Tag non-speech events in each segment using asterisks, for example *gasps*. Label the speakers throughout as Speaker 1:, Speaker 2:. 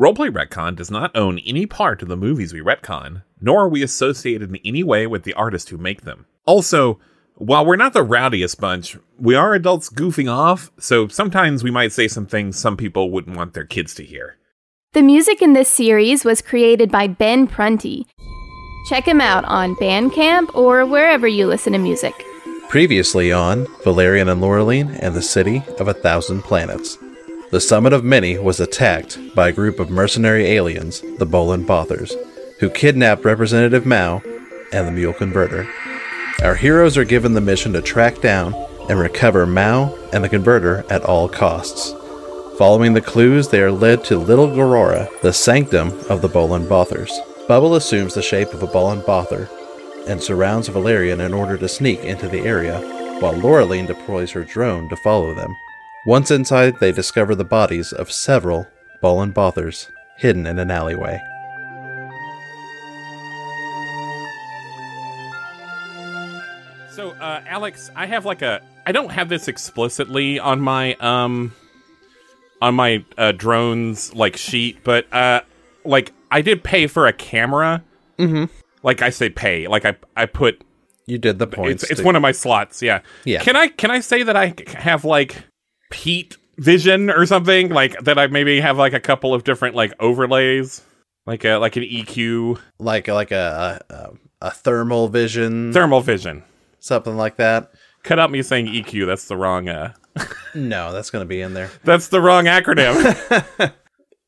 Speaker 1: Roleplay Retcon does not own any part of the movies we retcon, nor are we associated in any way with the artists who make them. Also, while we're not the rowdiest bunch, we are adults goofing off, so sometimes we might say some things some people wouldn't want their kids to hear.
Speaker 2: The music in this series was created by Ben Prunty. Check him out on Bandcamp or wherever you listen to music.
Speaker 3: Previously on Valerian and Laureline and the City of a Thousand Planets. The summit of many was attacked by a group of mercenary aliens, the Bolan Bothers, who kidnapped Representative Mao and the Mule Converter. Our heroes are given the mission to track down and recover Mao and the Converter at all costs. Following the clues, they are led to Little Gorora, the sanctum of the Bolan Bothers. Bubble assumes the shape of a Bolan Bother and surrounds Valerian in order to sneak into the area, while Laureline deploys her drone to follow them. Once inside, they discover the bodies of several Bolan Bothers hidden in an alleyway.
Speaker 1: So, uh, Alex, I have like a. I don't have this explicitly on my um, on my uh, drones like sheet, but uh, like I did pay for a camera.
Speaker 3: Mm-hmm.
Speaker 1: Like I say, pay. Like I I put
Speaker 3: You did the points.
Speaker 1: It's, it's one of my slots. Yeah.
Speaker 3: Yeah.
Speaker 1: Can I can I say that I have like Pete vision or something like that? I maybe have like a couple of different like overlays, like a like an E EQ
Speaker 3: like like a a, a- a thermal vision,
Speaker 1: thermal vision.
Speaker 3: something like that.
Speaker 1: Cut out me saying EQ. That's the wrong. Uh,
Speaker 3: No, that's going to be in there.
Speaker 1: that's the wrong
Speaker 3: *laughs*
Speaker 1: acronym.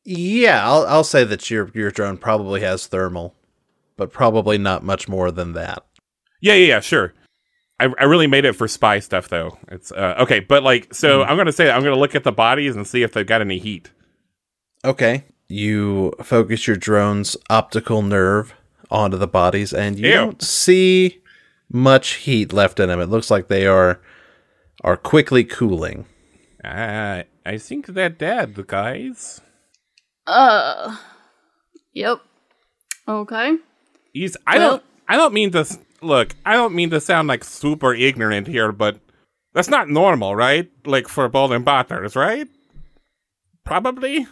Speaker 3: Yeah, I'll I'll say that your your drone probably has thermal, but probably not much more than that.
Speaker 1: yeah, yeah, yeah. Sure. I, I really made it for spy stuff though. It's uh, okay, but like so
Speaker 3: Hmm.
Speaker 1: I'm gonna say I'm gonna look at the bodies and see if they've got any heat.
Speaker 3: Okay. You focus your drone's optical nerve onto the bodies, and you
Speaker 1: Ew.
Speaker 3: don't see much heat left in them. It looks like they are are quickly cooling.
Speaker 1: Uh, I think they're dead, guys.
Speaker 2: Uh. Yep. Okay.
Speaker 1: He's, I
Speaker 2: Well-
Speaker 1: don't I don't mean to s- look. I don't mean to sound like super ignorant here, but that's not normal, right? Like for Bolden Batters, right? Probably.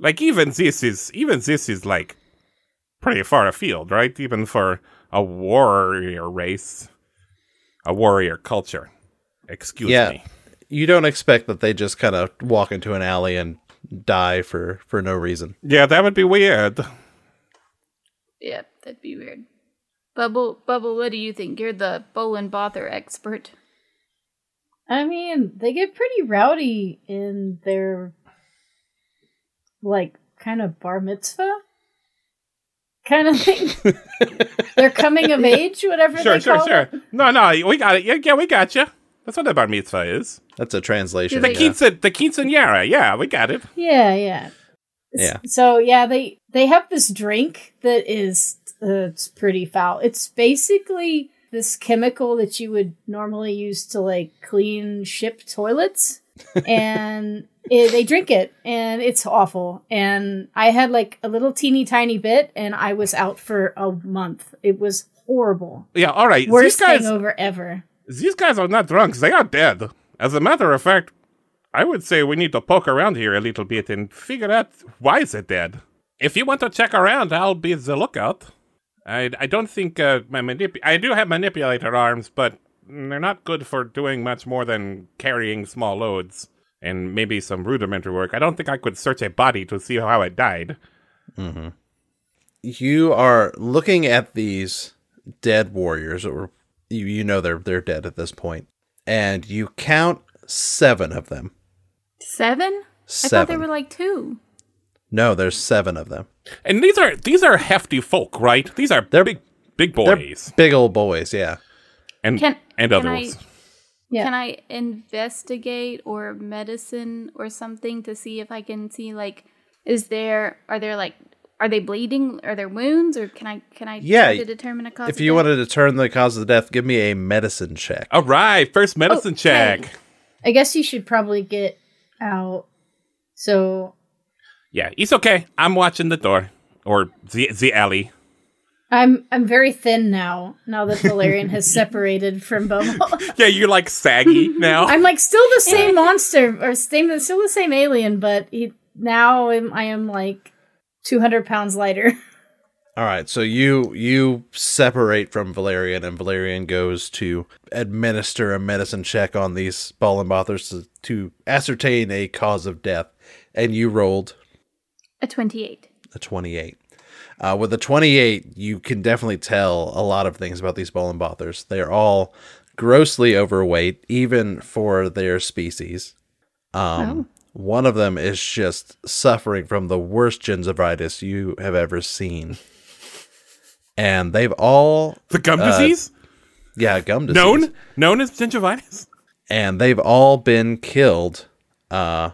Speaker 1: Like even this is even this is like pretty far afield, right? Even for a warrior race, a warrior culture. Excuse
Speaker 3: yeah.
Speaker 1: me.
Speaker 3: You don't expect that they just kind of walk into an alley and die for for no reason.
Speaker 1: Yeah, that would be weird.
Speaker 2: Yep, that'd be weird. Bubble, Bubble, what do you think? You're the Bolin Bother expert.
Speaker 4: I mean, they get pretty rowdy in their like kind of bar mitzvah kind of
Speaker 1: *laughs*
Speaker 4: thing. They're coming of age, whatever.
Speaker 1: Sure,
Speaker 4: they
Speaker 1: sure,
Speaker 4: call
Speaker 1: sure.
Speaker 4: it.
Speaker 1: No, no, we got it. Yeah, yeah, we got you. That's what the bar mitzvah is.
Speaker 3: That's a translation.
Speaker 1: The
Speaker 2: Yeah.
Speaker 3: yeah.
Speaker 1: quince, the quinceanera. Yeah, we got it.
Speaker 4: Yeah, yeah,
Speaker 3: Yeah.
Speaker 4: So yeah, they they have this drink that is uh, it's pretty foul. It's basically this chemical that you would normally use to like clean ship toilets, and it, they drink it, and it's awful. And I had like a little teeny tiny bit, and I was out for a month. It was horrible.
Speaker 1: Yeah, all right.
Speaker 4: Worst
Speaker 1: these guys,
Speaker 4: hangover ever.
Speaker 1: these guys are not drunk. They are dead. As a matter of fact, I would say we need to poke around here a little bit and figure out why they're dead. If you want to check around, I'll be the lookout. I, I don't think uh, my manip- I do have manipulator arms, but they're not good for doing much more than carrying small loads and maybe some rudimentary work. I don't think I could search a body to see how it died.
Speaker 3: you are looking at these dead warriors or you, you know they're they're dead at this point and you count 7 of them
Speaker 2: Seven? I thought
Speaker 3: 7
Speaker 2: there were like two.
Speaker 3: no there's 7 of them
Speaker 1: And these are these are hefty folk, right? These are
Speaker 3: They're-
Speaker 1: big big
Speaker 3: they're
Speaker 1: boys
Speaker 3: big old boys yeah
Speaker 1: and
Speaker 2: Can-
Speaker 1: and
Speaker 2: can
Speaker 1: others.
Speaker 2: I-
Speaker 4: Yeah.
Speaker 2: Can I investigate or medicine or something to see if I can see like Is there are there like are they bleeding? Are there wounds? Or can I can I
Speaker 3: Yeah,
Speaker 2: try to determine a cause?
Speaker 3: If you want to determine the cause of the death, give me a medicine check.
Speaker 1: All right,
Speaker 2: Oh,
Speaker 1: first medicine check.
Speaker 4: I guess you should probably get out. So
Speaker 1: Yeah, it's okay. I'm watching the door or the the alley.
Speaker 4: I'm I'm very thin now. Now that Valerian *laughs* has separated from Bomo,
Speaker 1: Yeah, you're like
Speaker 2: *laughs*
Speaker 1: saggy now.
Speaker 4: I'm like still the same monster or same still the same alien, but he, now I'm, I am like 200 pounds lighter. *laughs*
Speaker 3: All right, so you you separate from Valerian, and Valerian goes to administer a medicine check on these Ballenbothers to, to ascertain a cause of death, and you rolled
Speaker 2: a twenty-eight.
Speaker 3: a twenty-eight. Uh, with a twenty-eight, you can definitely tell a lot of things about these Ballenbothers. They are all grossly overweight, even for their species. Um, One of them is just suffering from the worst gingivitis you have ever seen. And they've all
Speaker 1: the gum disease
Speaker 3: yeah, gum Uh, disease.
Speaker 1: known known as gingivitis.
Speaker 3: And they've all been killed uh,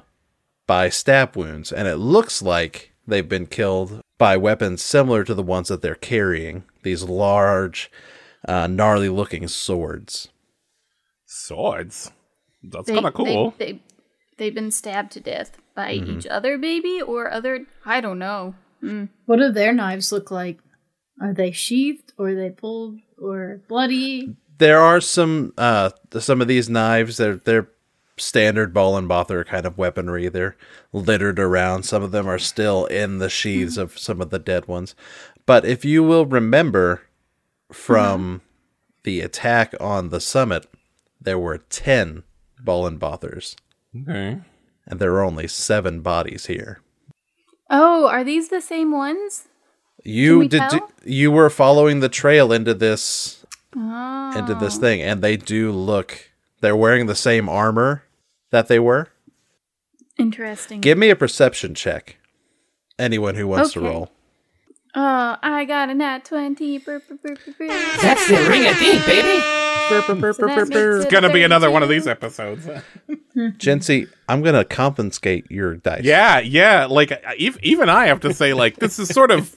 Speaker 3: by stab wounds. And it looks like they've been killed by weapons similar to the ones that they're carrying these large, uh, gnarly looking swords.
Speaker 1: Swords. That's kind of cool. Mm-hmm.
Speaker 2: They, they, they've been stabbed to death by each other, maybe, or other. I don't know.
Speaker 4: What do their knives look like? Are they sheathed or are they pulled or bloody?
Speaker 3: There are some uh, some of these knives. They're they're standard ball and bother kind of weaponry. They're littered around. Some of them are still in the sheaths of some of the dead ones. But if you will remember from the attack on the summit, there were ten ball and bothers,
Speaker 1: Okay.
Speaker 3: and there are only seven bodies here.
Speaker 2: Oh, are these the same ones? Can
Speaker 3: You
Speaker 2: we
Speaker 3: did
Speaker 2: tell?
Speaker 3: you were following the trail into this
Speaker 2: Oh,
Speaker 3: into this thing, and they do look. They're wearing the same armor that they were.
Speaker 2: interesting.
Speaker 3: Give me a perception check. Anyone who wants to
Speaker 2: Okay.
Speaker 3: roll.
Speaker 2: oh, I got a nat twenty. Brr, brr, brr, brr, brr.
Speaker 5: That's the ring of deep, baby.
Speaker 2: So that makes it
Speaker 1: It's gonna be another one of
Speaker 2: 32.
Speaker 1: these episodes.
Speaker 3: Jency, I'm going to confiscate your dice.
Speaker 1: Yeah, yeah. Like ev- even I have to say, like this is sort of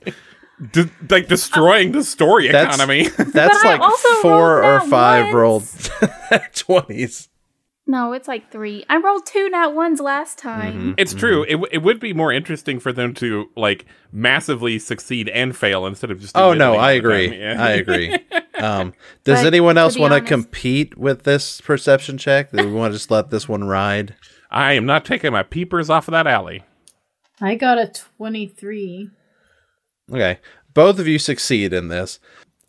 Speaker 1: de- like destroying the story
Speaker 3: That's-
Speaker 1: economy. *laughs*
Speaker 3: That's
Speaker 2: But I
Speaker 3: like
Speaker 2: also
Speaker 3: four
Speaker 2: rolled
Speaker 3: or
Speaker 2: that
Speaker 3: five
Speaker 2: once.
Speaker 3: rolled *laughs* 20s.
Speaker 2: No, it's like three. I rolled two nat ones last time.
Speaker 1: it's
Speaker 3: Mm-hmm.
Speaker 1: true. It, w- it would be more interesting for them to like massively succeed and fail instead of just.
Speaker 3: Oh,
Speaker 1: admitting
Speaker 3: no, I
Speaker 1: all the
Speaker 3: agree.
Speaker 1: time. Yeah. *laughs*
Speaker 3: I agree. Um, does
Speaker 2: But
Speaker 3: anyone
Speaker 2: to
Speaker 3: else
Speaker 2: be
Speaker 3: want to
Speaker 2: honest-
Speaker 3: compete with this perception check? Do we want to just let this one ride?
Speaker 1: I am not taking my peepers off of that alley.
Speaker 4: I got a 23.
Speaker 3: Okay. Both of you succeed in this.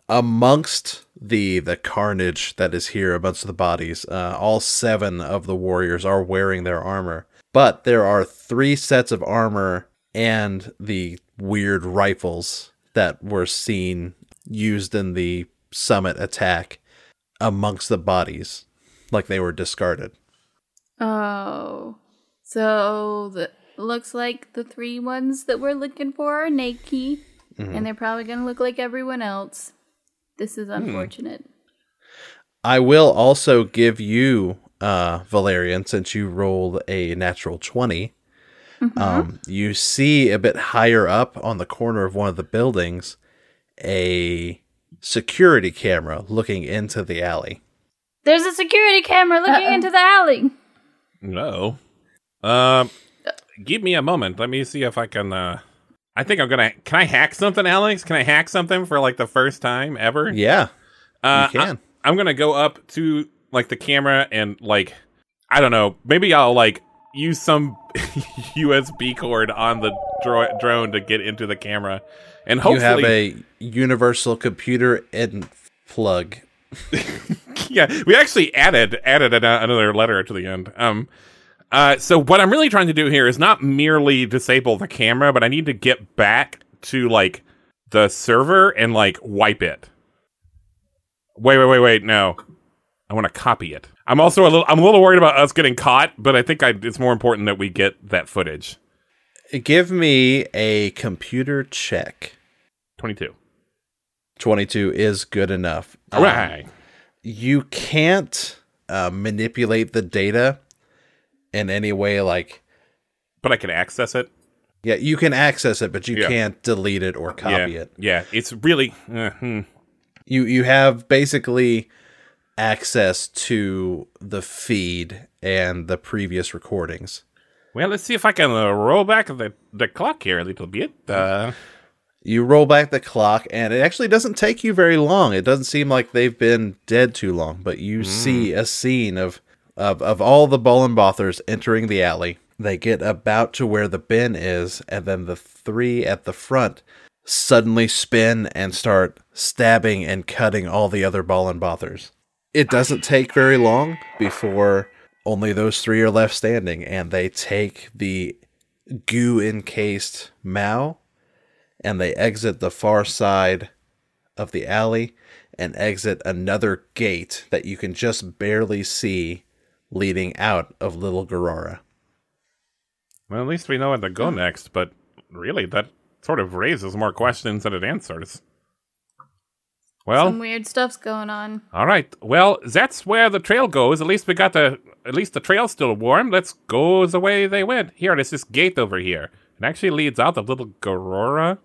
Speaker 3: Amongst the the carnage that is here amongst the bodies, uh, all seven of the warriors are wearing their armor. But there are three sets of armor and the weird rifles that were seen used in the summit attack amongst the bodies, like they were discarded.
Speaker 2: Oh, so the looks like the three ones that we're looking for are naked, and they're probably gonna look like everyone else. This is unfortunate.
Speaker 3: I will also give you uh Valerian since you rolled a natural 20. Um you see a bit higher up on the corner of one of the buildings a security camera looking into the alley.
Speaker 2: There's a security camera looking
Speaker 4: Uh-oh.
Speaker 2: into the alley.
Speaker 1: No. Um, give me a moment. Let me see if I can. uh I think I'm gonna. Can I hack something, Alex? Can I hack something for like the first time ever?
Speaker 3: Yeah.
Speaker 1: Uh,
Speaker 3: You can.
Speaker 1: I, am gonna go up to like the camera and like I don't know. Maybe I'll like use some *laughs* USB cord on the dro- drone to get into the camera, and hopefully,
Speaker 3: You have a universal computer in plug.
Speaker 1: yeah, we actually added added an, uh, another letter to the end. Um, uh, so what I'm really trying to do here is not merely disable the camera, but I need to get back to like the server and like wipe it. Wait, wait, wait, wait. No, I want to copy it. I'm also a little. I'm a little worried about us getting caught, but I think I, it's more important that we get that footage.
Speaker 3: Give me a computer check.
Speaker 1: Twenty-two.
Speaker 3: 22 is good enough.
Speaker 1: All
Speaker 3: Um,
Speaker 1: right.
Speaker 3: you can't uh, manipulate the data in any way like
Speaker 1: But I can access it.
Speaker 3: Yeah, you can access it, but you
Speaker 1: Yeah.
Speaker 3: can't delete it or copy
Speaker 1: yeah,
Speaker 3: it.
Speaker 1: yeah. It's really uh, hmm.
Speaker 3: You you have basically access to the feed and the previous recordings.
Speaker 1: well. Let's see if I can uh, roll back the the clock here a little bit. Uh,
Speaker 3: You roll back the clock, and it actually doesn't take you very long. It doesn't seem like they've been dead too long, but you see a scene of, of of all the Bolenbothers entering the alley. They get about to where the bin is, and then the three at the front suddenly spin and start stabbing and cutting all the other Bolenbothers. It doesn't take very long before only those three are left standing, and they take the goo encased Mao and they exit the far side of the alley and exit another gate that you can just barely see leading out of Little Garara.
Speaker 1: well, at least we know where to go next. But really, that sort of raises more questions than it answers. Well,
Speaker 2: Some weird stuff's going on.
Speaker 1: All right. Well, that's where the trail goes. At least we got the at least the trail's still warm. Let's go the way they went. Here, there's this gate over here. It actually leads out of little Garora.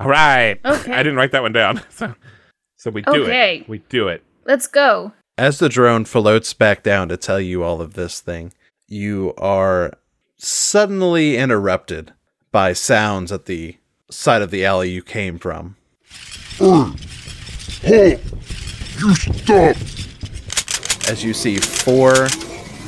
Speaker 1: All right.
Speaker 2: Okay.
Speaker 1: *laughs* I didn't write that one down. So, so we do
Speaker 2: Okay.
Speaker 1: it. We do it.
Speaker 2: Let's go.
Speaker 3: As the drone floats back down to tell you all of this thing, you are suddenly interrupted by sounds at the side of the alley you came from.
Speaker 6: Halt! You stop!
Speaker 3: as you see four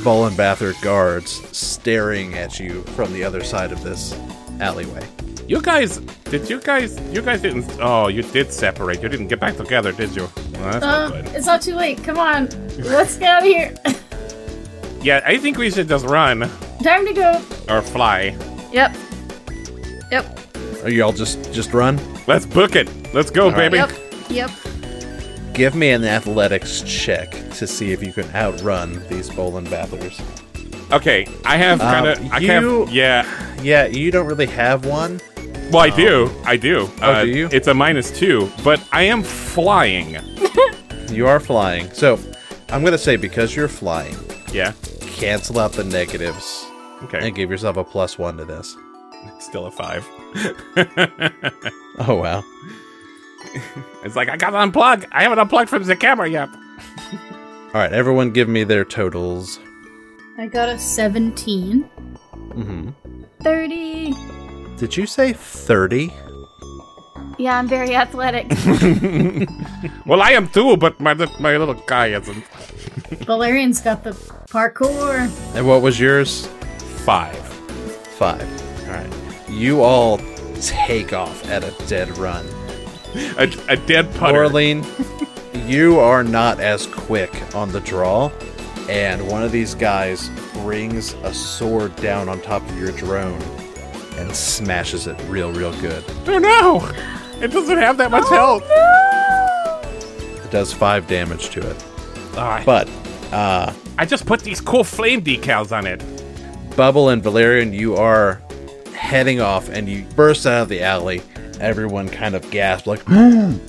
Speaker 3: Bollenbather guards staring at you from the other side of this alleyway.
Speaker 1: You guys, did you guys? You guys didn't. Oh, you did separate. You didn't get back together, did you? Well, that's not
Speaker 4: Uh,
Speaker 1: good.
Speaker 4: it's not too late. Come on. Let's get out of here. *laughs*
Speaker 1: Yeah, I think we should just run
Speaker 4: Time to go.
Speaker 1: or fly.
Speaker 2: Yep. Yep.
Speaker 3: Are y'all just just run?
Speaker 1: Let's book it. Let's go,
Speaker 3: right.
Speaker 1: baby.
Speaker 2: Yep. Yep.
Speaker 3: Give me an athletics check to see if you can outrun these Bollenbathers.
Speaker 1: Okay, I have
Speaker 3: Um,
Speaker 1: kind of. I
Speaker 3: you-
Speaker 1: can't. Yeah.
Speaker 3: Yeah, you don't really have one.
Speaker 1: Well, I do. I do. Uh,
Speaker 3: Oh, do you?
Speaker 1: It's a minus two, but I am flying.
Speaker 3: You are flying, so I'm gonna say because you're flying,
Speaker 1: Yeah.
Speaker 3: cancel out the negatives
Speaker 1: Okay.
Speaker 3: and give yourself a plus one to this.
Speaker 1: Still a five. *laughs*
Speaker 3: Oh wow.
Speaker 1: It's like I got to unplug. I haven't unplugged from the camera yet.
Speaker 3: All right, everyone, give me their totals.
Speaker 4: I got a 17.
Speaker 3: hmm
Speaker 2: 30.
Speaker 3: Did you say thirty?
Speaker 2: Yeah, I'm very athletic.
Speaker 1: Well, I am too, but my li- my little guy isn't.
Speaker 4: Valerian's got the parkour.
Speaker 3: And what was yours?
Speaker 1: Five.
Speaker 3: Five. All right. You all take off at a dead run.
Speaker 1: A, a dead putter.
Speaker 3: Orlean, you are not as quick on the draw, and one of these guys brings a sword down on top of your drone and smashes it real, real good.
Speaker 1: Oh no! It doesn't have that much health.
Speaker 3: It does five damage to it.
Speaker 1: All right.
Speaker 3: But, uh,
Speaker 1: I just put these cool flame decals on it.
Speaker 3: Bubble and Valerian, you are heading off and you burst out of the alley. Everyone kind of gasps, like, *gasps* um,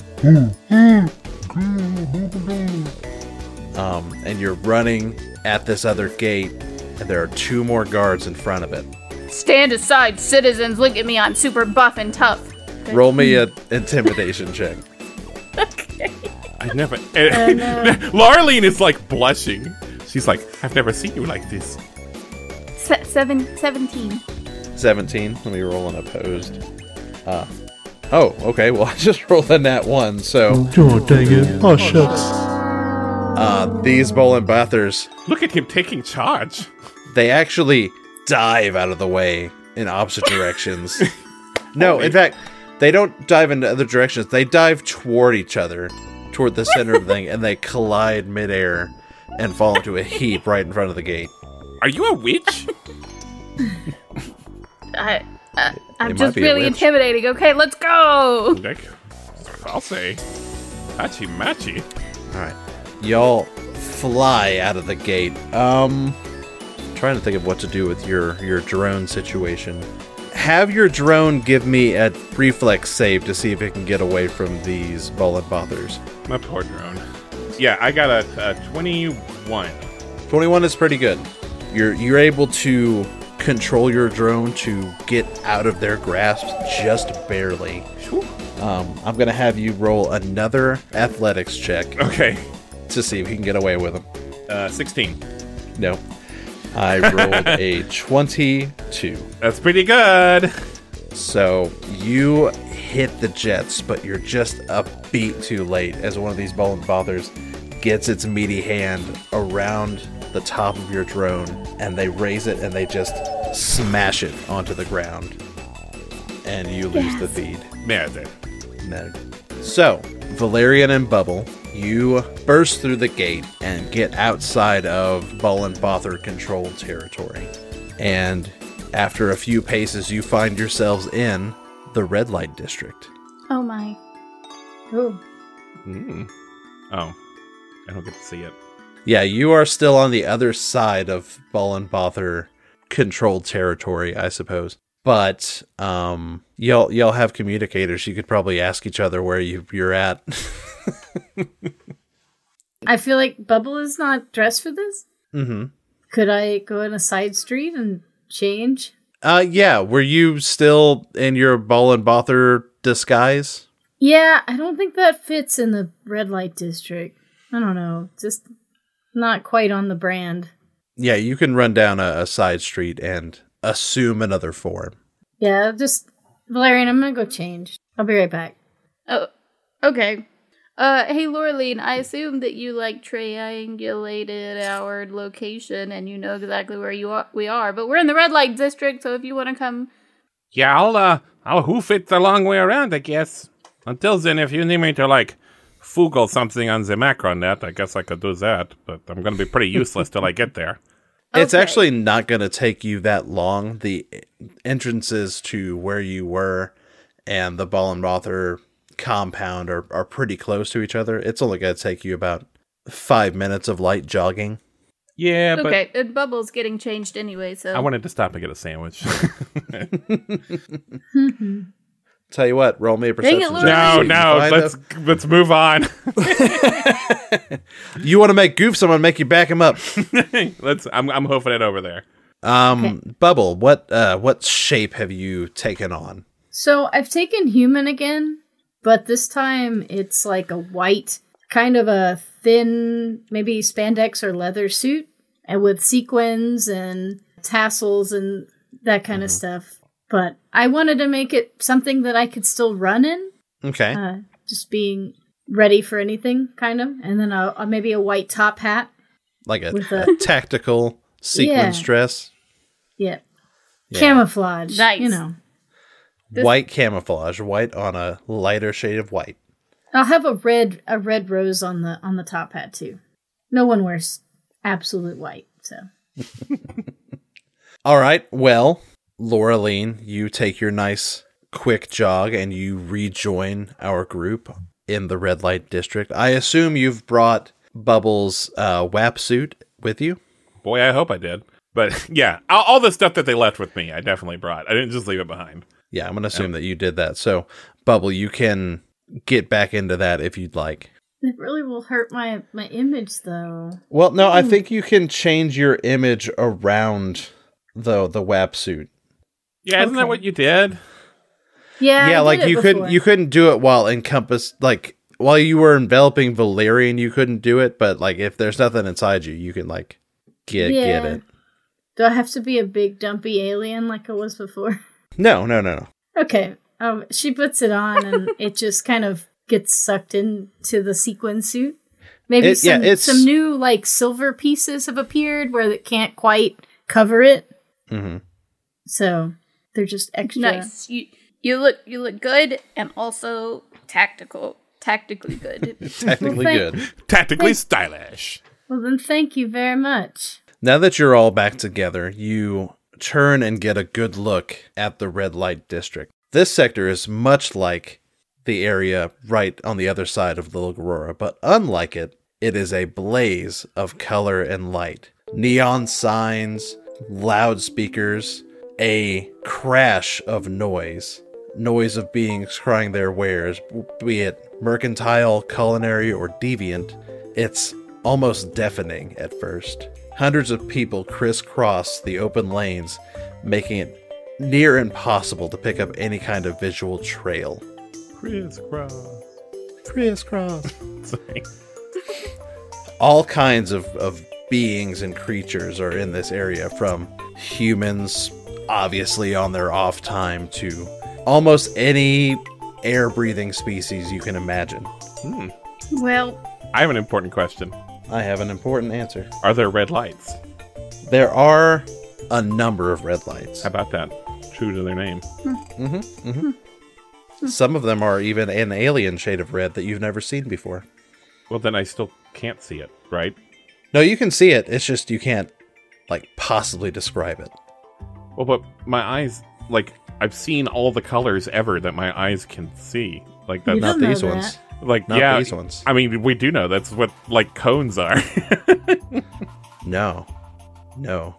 Speaker 3: and you're running at this other gate, and there are two more guards in front of it.
Speaker 2: Stand aside, citizens. Look at me. I'm super buff and tough.
Speaker 3: Roll me a *laughs* intimidation check.
Speaker 1: I never. *laughs* And, Larlene is like blushing. She's like, I've never seen you like this.
Speaker 2: Se- seven, 17.
Speaker 3: 17. Let me roll an opposed. Uh, oh, okay. Well, *laughs* I just rolled a nat one, so
Speaker 6: Oh, dang it. Oh, shucks.
Speaker 3: uh, these Bolin Bathers
Speaker 1: Look at him taking charge.
Speaker 3: they actually dive out of the way in opposite directions. no, in fact, they don't dive in other directions. They dive toward each other, toward the center of the thing, and they collide midair and fall into a heap right in front of the gate.
Speaker 1: Are you a witch? *laughs*
Speaker 2: I, I,
Speaker 3: It
Speaker 2: I'm
Speaker 3: might
Speaker 2: just
Speaker 3: be a
Speaker 2: really
Speaker 3: witch.
Speaker 2: intimidating. Okay, let's go.
Speaker 1: Nick, I'll say. Hachi Machi.
Speaker 3: All right, y'all fly out of the gate. Um, trying to think of what to do with your your drone situation. Have your drone give me a reflex save to see if it can get away from these bullet bothers.
Speaker 1: My poor drone. Yeah, I got a, a 21.
Speaker 3: 21 is pretty good. You're you're able to control your drone to get out of their grasp just barely. Um, I'm gonna have you roll another athletics check
Speaker 1: Okay.
Speaker 3: to see if you can get away with them.
Speaker 1: Uh, 16.
Speaker 3: No, I rolled a 22.
Speaker 1: That's pretty good.
Speaker 3: So you hit the jets, but you're just a beat too late as one of these Bolin Fathers gets its meaty hand around the top of your drone and they raise it and they just smash it onto the ground. And you lose the feed.
Speaker 1: Merde.
Speaker 3: No. So, Valerian and Bubble, you burst through the gate and get outside of Bolin Bother controlled territory. And after a few paces, you find yourselves in the red light district.
Speaker 2: Oh my.
Speaker 4: Ooh.
Speaker 1: Mm. Oh. I don't get to see it.
Speaker 3: Yeah, you are still on the other side of Bolin Bother controlled territory, I suppose. But um, y'all, y'all have communicators. You could probably ask each other where you, you're at. *laughs*
Speaker 4: I feel like Bubble is not dressed for this.
Speaker 3: mm-hmm.
Speaker 4: Could I go in a side street and change?
Speaker 3: Uh, yeah. Were you still in your Ball and Bother disguise?
Speaker 4: Yeah, I don't think that fits in the red light district. I don't know. Just not quite on the brand.
Speaker 3: Yeah, you can run down a, a side street and assume another form.
Speaker 4: Yeah, just Valerian, I'm gonna go change. I'll be right back.
Speaker 2: Oh, okay. Uh, hey, Laureline, I assume that you like triangulated our location and you know exactly where you are. We are, but we're in the red light district, so if you want to come,
Speaker 1: Yeah, I'll uh, I'll hoof it the long way around, I guess. Until then, if you need me to like foogle something on the macronet, I guess I could do that. But I'm gonna be pretty useless till I get there.
Speaker 3: It's
Speaker 2: Okay.
Speaker 3: actually not going to take you that long. The entrances to where you were and the Ball and Bother compound are, are pretty close to each other. It's only going to take you about five minutes of light jogging.
Speaker 1: Yeah, but
Speaker 2: okay. And Bubble's getting changed anyway, so
Speaker 1: I wanted to stop and get a sandwich.
Speaker 3: Tell you what, roll me a
Speaker 4: it,
Speaker 3: perception. check.
Speaker 4: Lauren.
Speaker 1: *laughs* no,
Speaker 3: You
Speaker 1: no,
Speaker 3: find
Speaker 1: let's
Speaker 3: a-
Speaker 1: let's move on. *laughs*
Speaker 3: You want to make goofs? I'm going to make you back him up.
Speaker 1: let's. I'm I'm hoofing it over there.
Speaker 3: Um, Bubble, what uh, what shape have you taken on?
Speaker 4: So I've taken human again, but this time it's like a white, kind of a thin, maybe spandex or leather suit, and with sequins and tassels and that kind of stuff. But I wanted to make it something that I could still run in,
Speaker 3: Okay,
Speaker 4: uh, just being ready for anything, kind of, and then a, a, maybe a white top hat.
Speaker 3: like a,
Speaker 4: with
Speaker 3: a
Speaker 4: a- *laughs*
Speaker 3: tactical sequence
Speaker 4: Yeah.
Speaker 3: dress,
Speaker 4: Yeah. Camouflage.
Speaker 2: Nice.
Speaker 4: You know,
Speaker 3: white camouflage, white on a lighter shade of white.
Speaker 4: I'll have a red a red rose on the on the top hat too. No one wears absolute white, so
Speaker 3: All right, well, Laureline, you take your nice quick jog and you rejoin our group in the red light district. I assume you've brought Bubbles' uh, WAP suit with you.
Speaker 1: Boy, I hope I did. But *laughs* yeah, all, all the stuff that they left with me, I definitely brought. I didn't just leave it behind.
Speaker 3: Yeah, I'm gonna assume that you did that. So, Bubble, you can get back into that if you'd like.
Speaker 4: it really will hurt my my image though.
Speaker 3: Well, no,
Speaker 4: Hmm.
Speaker 3: I think you can change your image around the the WAP suit.
Speaker 1: Yeah, isn't that
Speaker 4: Okay.
Speaker 1: what you did?
Speaker 4: Yeah, I
Speaker 3: yeah,
Speaker 4: did
Speaker 3: like
Speaker 4: it
Speaker 3: you couldn't
Speaker 4: before.
Speaker 3: you couldn't do it while encompassed like while you were enveloping Valerian, you couldn't do it. But like if there's nothing inside you, you can like get get
Speaker 4: Yeah.
Speaker 3: it.
Speaker 4: Do I have to be a big dumpy alien like I was before? *laughs*
Speaker 3: No, no, no, no.
Speaker 4: Okay. Um, she puts it on *laughs* and it just kind of gets sucked into the sequin suit. Maybe
Speaker 3: It- yeah,
Speaker 4: some
Speaker 3: it's-
Speaker 4: some new like silver pieces have appeared where it can't quite cover it.
Speaker 3: hmm
Speaker 4: So they're just extra.
Speaker 2: nice. You you look you look good and also tactical, tactically good.
Speaker 3: Technically
Speaker 4: thank-
Speaker 3: good.
Speaker 1: Tactically stylish.
Speaker 4: Well, then thank you very much.
Speaker 3: Now that you're all back together, you turn and get a good look at the red light district. This sector is much like the area right on the other side of Little Aurora, but unlike it, it is a blaze of color and light. Neon signs, loudspeakers, a crash of noise. Noise of beings crying their wares, be it mercantile, culinary, or deviant. It's almost deafening at first. Hundreds of people crisscross the open lanes, making it near impossible to pick up any kind of visual trail.
Speaker 1: *laughs* Crisscross.
Speaker 3: Crisscross.
Speaker 1: Sorry.
Speaker 3: all kinds of, of beings and creatures are in this area from humans obviously on their off time to almost any air breathing species you can imagine
Speaker 2: Well,
Speaker 1: I have an important question.
Speaker 3: i have an important answer
Speaker 1: Are there red lights?
Speaker 3: there are a number of red lights
Speaker 1: How about that? True to their name.
Speaker 3: some of them are even an alien shade of red that you've never seen before
Speaker 1: Well, then I still can't see it, right?
Speaker 3: no you can see it it's just you can't like possibly describe it
Speaker 1: Well, but my eyes, like, I've seen all the colors ever that my eyes can see. Like that.
Speaker 2: You
Speaker 3: not
Speaker 2: don't know
Speaker 3: these
Speaker 2: that.
Speaker 3: ones
Speaker 1: like
Speaker 3: not
Speaker 1: yeah,
Speaker 3: these ones.
Speaker 1: I mean, we do know that's what like cones are. *laughs*
Speaker 3: no no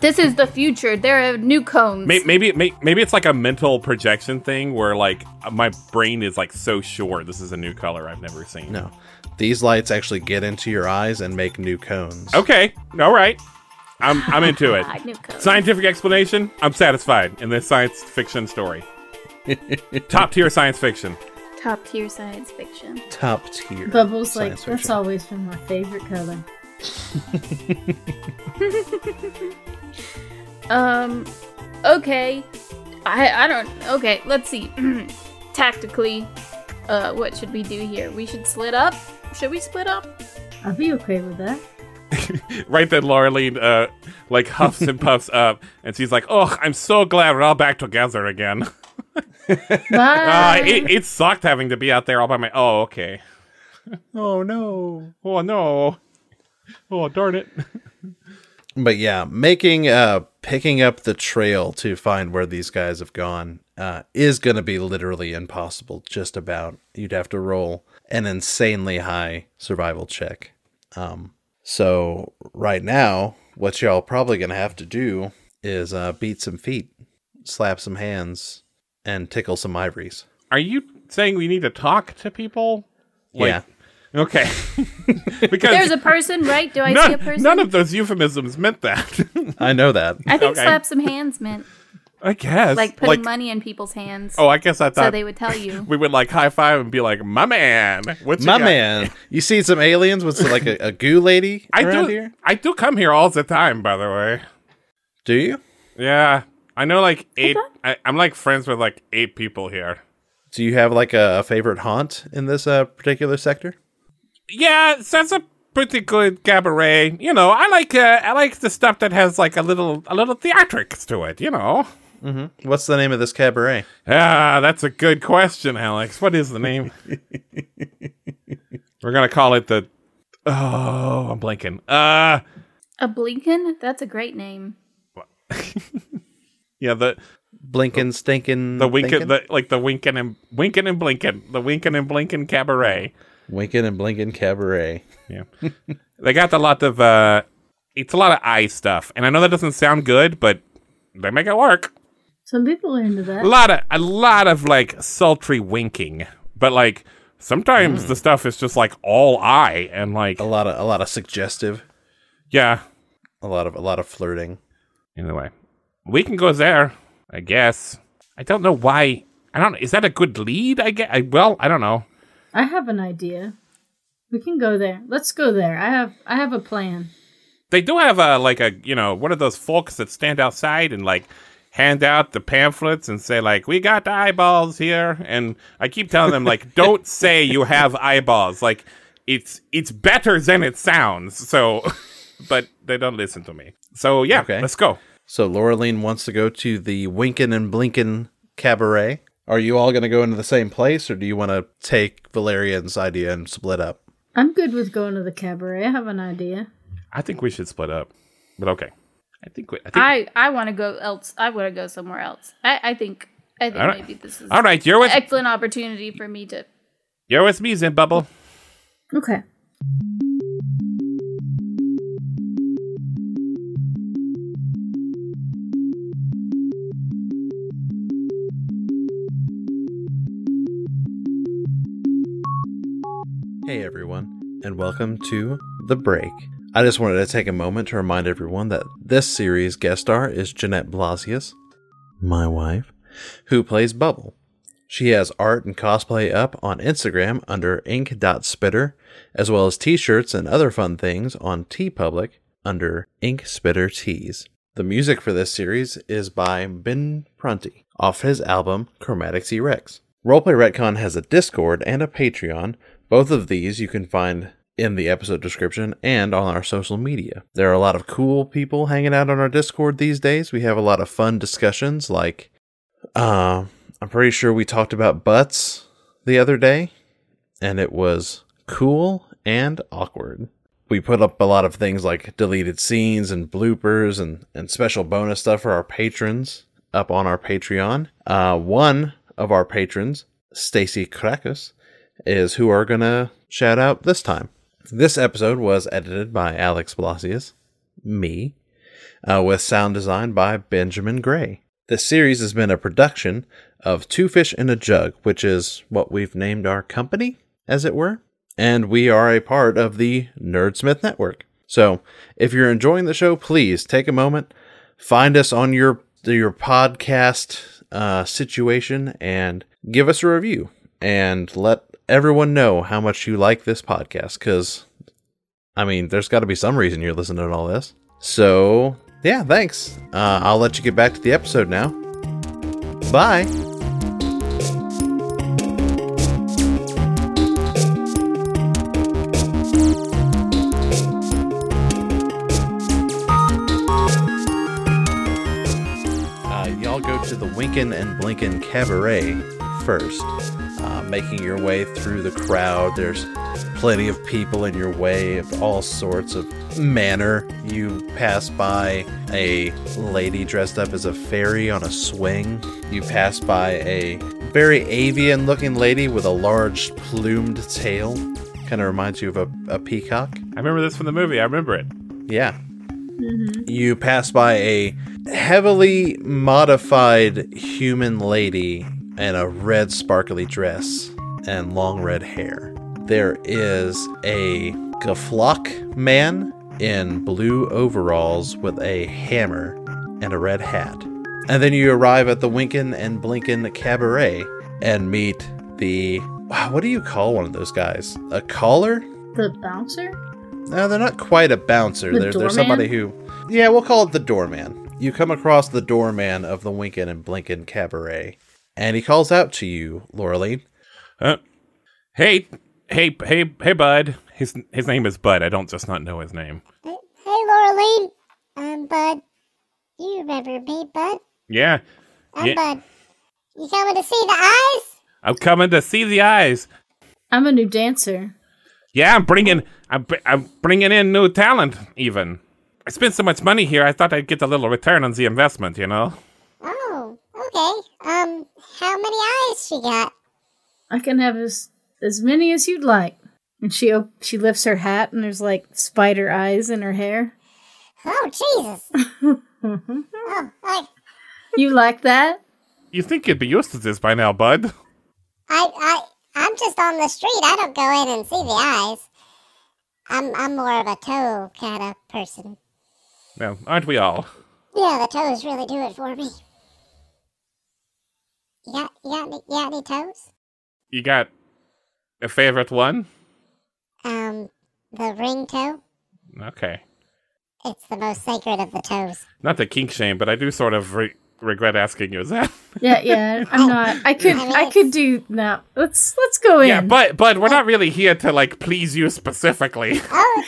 Speaker 2: this is the future. There are new cones.
Speaker 1: May- maybe may- maybe it's like a mental projection thing where like my brain is like so sure this is a new color I've never seen.
Speaker 3: No. These lights actually get into your eyes and make new cones.
Speaker 1: Okay. All right. I'm I'm into
Speaker 2: *laughs*
Speaker 1: it.
Speaker 2: Ah, new cones.
Speaker 1: Scientific explanation. I'm satisfied in this science fiction *laughs* story. Top tier science fiction.
Speaker 2: Top tier science fiction.
Speaker 3: Top tier.
Speaker 4: Bubbles like
Speaker 3: science
Speaker 4: that's
Speaker 3: fiction.
Speaker 4: always been my favorite color.
Speaker 2: Um, okay. I I don't. Okay, let's see. *clears throat* Tactically, uh, what should we do here? We should split up. Should we split
Speaker 1: *laughs*
Speaker 2: up?
Speaker 4: I'd be okay with that.
Speaker 1: Right then, Laureline uh, like huffs *laughs* and puffs up, and she's like, "Oh, I'm so glad we're all back together *laughs*
Speaker 2: Uh.
Speaker 1: again.
Speaker 4: Bye.
Speaker 1: *laughs* Uh, it, it sucked having to be out there all by my. Oh, okay.
Speaker 3: Oh no.
Speaker 1: Oh no. Oh darn it.
Speaker 3: But yeah, making uh picking up the trail to find where these guys have gone uh is going to be literally impossible just about. You'd have to roll an insanely high survival check. Um so right now what y'all probably going to have to do is uh beat some feet, slap some hands and tickle some ivories.
Speaker 1: Are you saying we need to talk to people? Like-
Speaker 3: yeah.
Speaker 1: Okay. *laughs*
Speaker 2: *laughs*
Speaker 1: because
Speaker 2: There's a person, right? Do I see a
Speaker 1: none,
Speaker 2: person?
Speaker 1: none of those euphemisms meant that. *laughs*
Speaker 3: I know that.
Speaker 2: I think
Speaker 1: okay.
Speaker 2: slap some
Speaker 1: *laughs*
Speaker 2: hands meant
Speaker 1: I guess.
Speaker 2: like putting money in people's hands,
Speaker 1: Oh, I guess I thought
Speaker 2: so they would
Speaker 1: *laughs*
Speaker 2: tell you.
Speaker 1: we would like high five and be like, "My man, what's
Speaker 3: My man, you see some aliens with some, like a, a goo lady
Speaker 1: *laughs* I
Speaker 3: around
Speaker 1: do.
Speaker 3: here?
Speaker 1: I do come here all the time, by the way.
Speaker 3: Do you?
Speaker 1: Yeah, I know like eight. I, I'm like friends with like eight people here.
Speaker 3: Do you have like a, a favorite haunt in this uh, particular sector?
Speaker 1: Yeah, so that's a pretty good cabaret. You know, I like uh, I like the stuff that has like a little a little theatrics to it. You know.
Speaker 3: What's the name of this cabaret?
Speaker 1: Ah, that's a good question, Alex. What is the
Speaker 3: *laughs*
Speaker 1: name? We're gonna call it the. Oh, I'm blanking. Uh,
Speaker 2: A Blinken? That's a great name.
Speaker 1: yeah, the
Speaker 3: Blinkin' Stinkin'
Speaker 1: the winkin,
Speaker 3: thinkin'?
Speaker 1: the like the winkin and winkin and blinkin, the winkin and blinkin cabaret.
Speaker 3: Winkin' and Blinkin' Cabaret.
Speaker 1: Yeah, they got a lot of uh, it's a lot of eye stuff, and I know that doesn't sound good, but they make it work.
Speaker 4: Some people are into
Speaker 1: A
Speaker 4: that.
Speaker 1: lot of a lot of like sultry winking, but like sometimes the stuff is just like all eye and like
Speaker 3: A lot of a lot of suggestive,
Speaker 1: yeah.
Speaker 3: a lot of a lot of flirting.
Speaker 1: Either way, we can go there, I guess. I don't know why. I don't. Is that a good lead? I get. I, well, I don't know.
Speaker 4: I have an idea. We can go there. Let's go there. I have I have a plan.
Speaker 1: They do have a like a you know one of those folks that stand outside and like hand out the pamphlets and say like we got eyeballs here and I keep telling them *laughs* like don't say you have eyeballs like it's it's better than it sounds so *laughs* but they don't listen to me so yeah
Speaker 3: Okay.
Speaker 1: let's go
Speaker 3: So Laureline wants to go to the Winkin' and Blinkin' Cabaret. Are you all going to go into the same place, or do you want to take Valerian's idea and split up?
Speaker 4: I'm good with going to the cabaret. I have an idea.
Speaker 1: I think we should split up but okay I think we, I think
Speaker 2: I I want to go else. I want to go somewhere else. I I think I think
Speaker 1: All right.
Speaker 2: maybe this is
Speaker 1: all right you're with
Speaker 2: an excellent opportunity for me to. *laughs*
Speaker 1: you're with me Zen Bubble
Speaker 4: Okay.
Speaker 3: Hey everyone, and welcome to The Break, I just wanted to take a moment to remind everyone that this series guest star is Jeanette Blasius, my wife, who plays Bubble. She has art and cosplay up on Instagram under ink.spitter, as well as t shirts and other fun things on TeePublic under Ink Spitter Tees. The music for this series is by Ben Prunty off his album Chromatics Rex. Roleplay Retcon has a Discord and a Patreon. Both of these you can find in the episode description and on our social media. There are a lot of cool people hanging out on our Discord these days. We have a lot of fun discussions like uh, I'm pretty sure we talked about butts the other day, and it was cool and awkward. We put up a lot of things like deleted scenes and bloopers and, and special bonus stuff for our patrons up on our Patreon. Uh, one of our patrons, Stacy Krakus, is who are gonna shout out this time. This episode was edited by Alex Blasius, me, uh, with sound design by Benjamin Gray. This series has been a production of Two Fish in a Jug, which is what we've named our company, as it were, and we are a part of the Nerdsmith Network. So, if you're enjoying the show, please take a moment, find us on your your podcast uh, situation, and give us a review, and let everyone know how much you like this podcast. Because, I mean, there's got to be some reason you're listening to all this. So, yeah, thanks. Uh, I'll let you get back to the episode now. Bye. Uh, y'all go to the Winkin' and Blinkin' Cabaret first, uh, making your way through the crowd. There's plenty of people in your way of all sorts of manner. You pass by a lady dressed up as a fairy on a swing. You pass by a very avian looking lady with a large plumed tail. Kind of reminds you of a, a peacock.
Speaker 1: I remember this from the movie. I remember it.
Speaker 3: Yeah. You pass by a heavily modified human lady in a red sparkly dress and long red hair. There is a Gaflock man in blue overalls with a hammer and a red hat. And then you arrive at the Winkin' and Blinkin' Cabaret and meet the. What do you call one of those guys? A caller?
Speaker 4: The bouncer?
Speaker 3: No, they're not quite a bouncer.
Speaker 4: The
Speaker 3: they're, they're
Speaker 4: doorman?
Speaker 3: somebody who. Yeah, we'll call it the doorman. You come across the doorman of the Winkin' and Blinkin' Cabaret, and he calls out to you, Laureline.
Speaker 1: Uh, hey, hey, hey, hey, Bud. His his name is Bud. I don't just not know his name.
Speaker 7: Hey, hey, Laureline. I'm Bud. You remember me, Bud?
Speaker 1: Yeah,
Speaker 7: I'm
Speaker 1: Yeah.
Speaker 7: Bud. You coming to see the eyes?
Speaker 1: I'm coming to see the eyes.
Speaker 4: I'm a new dancer.
Speaker 1: Yeah, I'm bringing I'm, br- I'm bringing in new talent. Even I spent so much money here. I thought I'd get a little return on the investment. You know.
Speaker 7: Oh, okay. Um, how many eyes she got?
Speaker 4: I can have as as many as you'd like. And she op- she lifts her hat, and there's like spider eyes in her hair.
Speaker 7: Oh, Jesus. oh, I,
Speaker 4: You like that?
Speaker 1: You think you'd be used to this by now, Bud?
Speaker 7: I, I, I'm just on the street. I don't go in and see the eyes. I'm, I'm more of a toe kind of person.
Speaker 1: No, aren't we all?
Speaker 7: Yeah, the toes really do it for me. You got, you got, any, you got any toes?
Speaker 1: You got a favorite one?
Speaker 7: Um, the ring toe.
Speaker 1: Okay.
Speaker 7: It's the most sacred of the toes.
Speaker 1: Not the kink shame, but I do sort of re- regret asking you that. *laughs*
Speaker 4: Yeah, yeah. I'm not. I could I could do no. Let's let's go in.
Speaker 1: Yeah, but but we're
Speaker 4: Oh.
Speaker 1: not really here to like please you *laughs* specifically.
Speaker 7: Oh